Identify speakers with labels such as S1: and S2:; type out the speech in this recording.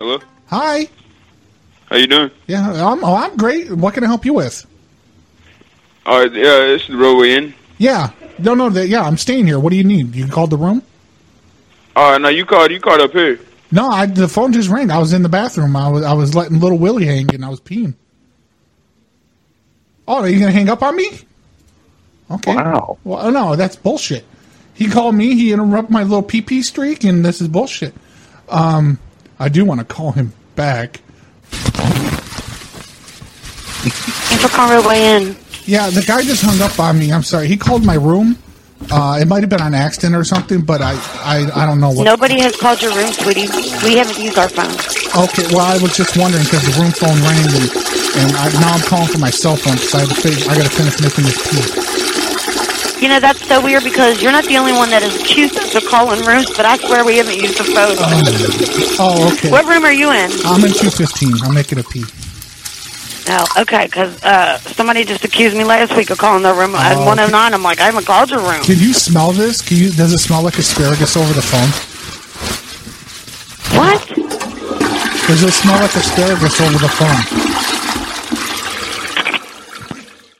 S1: Hello.
S2: Hi.
S1: How you doing?
S2: Yeah, I'm. Oh, I'm great. What can I help you with?
S1: All right. Yeah, this is the roadway in.
S2: Yeah. No, no. The, yeah, I'm staying here. What do you need? You called the room?
S1: All right. Now you called. You called up here.
S2: No, I, the phone just rang. I was in the bathroom. I was I was letting little Willie hang and I was peeing. Oh, are you gonna hang up on me? Okay.
S3: Wow.
S2: Well, oh, no, that's bullshit. He called me. He interrupted my little pee pee streak, and this is bullshit. Um, I do want to call him back.
S4: Thanks for calling Roadway in.
S2: Yeah, the guy just hung up on me. I'm sorry. He called my room. Uh, it might have been on accident or something, but I I, I don't know what.
S4: Nobody has called your room, sweetie. We haven't used our phone.
S2: Okay, well, I was just wondering because the room phone rang, and, and I, now I'm calling for my cell phone because I have to finish, I got to finish making this pee.
S4: You know, that's so weird because you're not the only one that is accused of calling rooms, but I swear we haven't used the phone.
S2: Uh-huh. Oh, okay.
S4: What room are you in?
S2: I'm in two fifteen. I'm making a pee.
S4: Oh, okay, because uh, somebody just accused me last week of calling their room at
S2: Oh, okay.
S4: 109. I'm like, I haven't called your room.
S2: Can you smell this? Can you? Does it smell like asparagus over the phone?
S4: What?
S2: Does it smell like asparagus over the phone?